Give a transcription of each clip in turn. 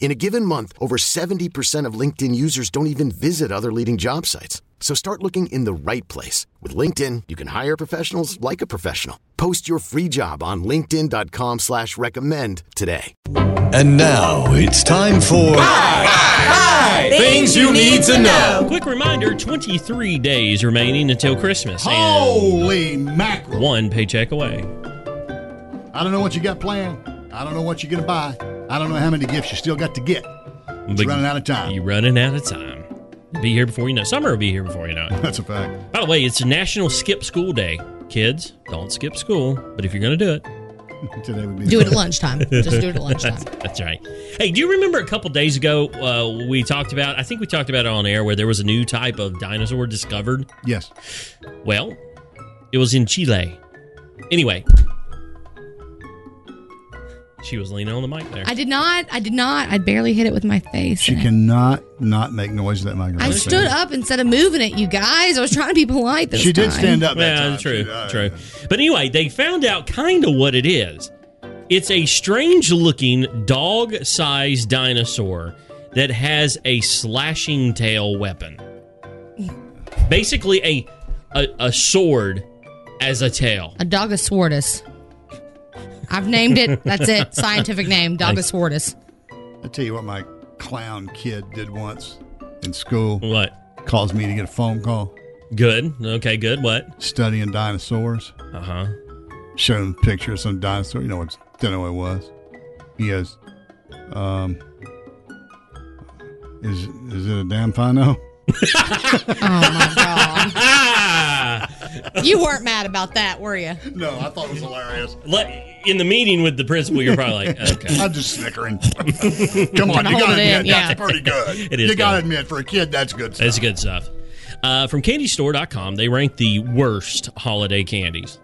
In a given month, over 70% of LinkedIn users don't even visit other leading job sites. So start looking in the right place. With LinkedIn, you can hire professionals like a professional. Post your free job on linkedin.com slash recommend today. And now it's time for Things you need to know. Quick reminder 23 days remaining until Christmas. Holy And uh, Mackerel. one paycheck away. I don't know what you got planned. I don't know what you're going to buy. I don't know how many gifts you still got to get. But running out of time. You're running out of time. You'll be here before you know. Summer will be here before you know it. That's a fact. By the way, it's National Skip School Day. Kids, don't skip school, but if you're going to do it, Today would be Do it at lunchtime. Just do it at lunchtime. That's right. Hey, do you remember a couple days ago uh, we talked about? I think we talked about it on air where there was a new type of dinosaur discovered. Yes. Well, it was in Chile. Anyway, she was leaning on the mic there. I did not. I did not. I barely hit it with my face. She And I- cannot not make noise with that microphone. I stood up instead of moving it, you guys. I was trying to be polite this She did time. stand up that yeah, time. true, She- uh, true. But anyway, they found out kind of what it is. It's a strange-looking dog-sized dinosaur that has a slashing tail weapon. Basically, a a, a sword as a tail. A dogoswordus. I've named it. That's it. Scientific name, dogoswordus. I'll tell you what my clown kid did once in school. What? Caused me to get a phone call Good. Okay. Good. What? studying dinosaurs. Uh huh. showed him a picture of some dinosaur. You know what? Don't know what it was. He goes, um, is is it a damn pino? Oh my god! Ah! You weren't mad about that, were you? No, I thought it was hilarious. Let, in the meeting with the principal, you're probably like, okay. I'm just snickering. Come on, Gotta you hold gotta it in, admit yeah. that's pretty good. It is You gotta good. admit for a kid that's good. Stuff. That's good stuff. Uh, from candystore.com, they rank the worst holiday candies.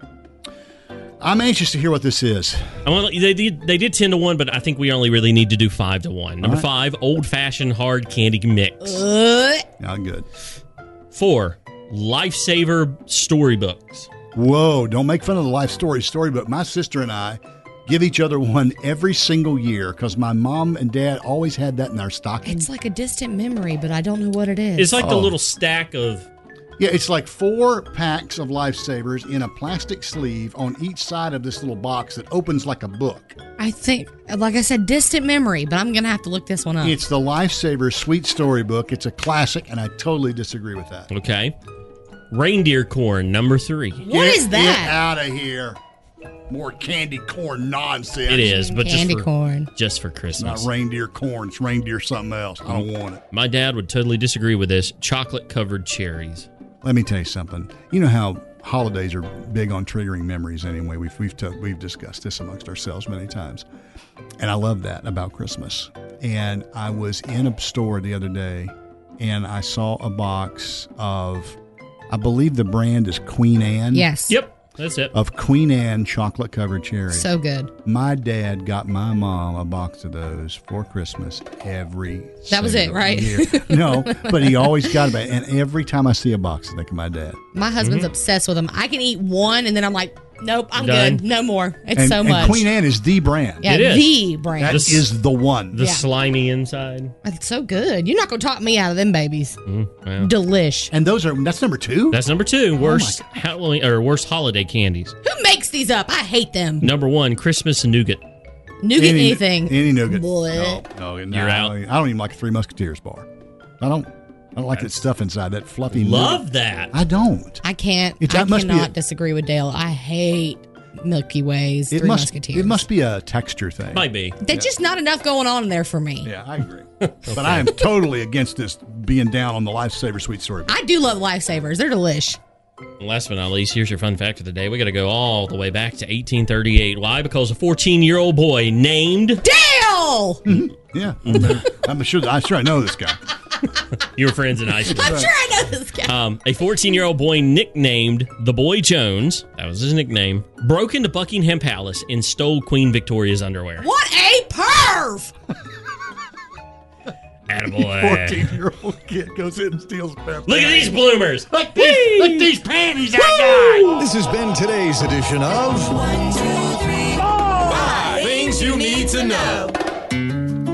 I'm anxious to hear what this is. I want Uh, they did they did ten to one, but I think we only really need to do five to one. Number All right. five, old fashioned hard candy mix. Uh, Not good. Four, lifesaver storybooks. Whoa! Don't make fun of the life story story, but my sister and I give each other one every single year because my mom and dad always had that in our stocking. it's like a distant memory, but I don't know what it is. It's like the Oh. little stack of Yeah, it's like four packs of lifesavers in a plastic sleeve on each side of this little box that opens like a book. I think, like I said, distant memory. But I'm gonna have to look this one up. It's the Lifesaver Sweet Story Book. It's a classic, and I totally disagree with that. okay. Reindeer corn, number three. What Get is Get that? out of here. More candy corn nonsense. It is, but just Candy for, corn. just for It's not Christmas. reindeer corn. It's reindeer something else. I don't want it. My dad would totally disagree with this. Chocolate covered cherries. Let me tell you something. You know how holidays are big on triggering memories anyway. We've we've, t- we've discussed this amongst ourselves many times. And I love that about Christmas. And I was in a store the other day and I saw a box of I believe the brand is Queen Anne. Yes. Yep, that's it. Of Queen Anne chocolate covered cherries. So good. my dad got my mom a box of those for Christmas every. That was it, single right? year. no, but he always got about. And every time I see a box, I think of my dad. My husband's Mm-hmm. obsessed with them. I can eat one and then I'm like, nope, I'm Done. good. No more. It's and, so and much. Queen Anne is the brand. yeah, It is. the That brand. This- is the one. The Yeah. slimy inside. It's so good. You're not gonna talk me out of them babies. Mm, yeah. Delish. and those are that's number two. That's number two. Worst Oh God. Halloween or worst holiday candies. Who makes these up? I hate them. Number one, Christmas nougat. Nougat anything. Any nougat. Boy. No, no, no, You're out. I don't even like Three Musketeers bar. I don't. I don't like that stuff inside that fluffy. Love nougat. that. I don't. I can't. It- I that must be cannot it. disagree with Dale. I hate Milky Ways, It Three must, Musketeers. it must be a texture thing. Might be. There's just not enough going on there for me. Yeah, I agree. But I am totally against this being down on the lifesaver sweet story. I do love lifesavers. They're delish. Last but not least, here's your fun fact of the day. We got to go all the way back to 1838. Why? Because a 14 year old boy named Dale! Mm. Yeah, I'm, I'm sure. I'm sure I know this guy. your friends in high school. I'm sure I know this guy. Um, a 14 year old boy nicknamed the Boy Jones, that was his nickname, broke into Buckingham Palace and stole Queen Victoria's underwear. What a perv! Attaboy. Fourteen-year-old kid goes in and steals a pair of Look at these bloomers. Look Look these panties I got. This has been today's edition of Things you need to know.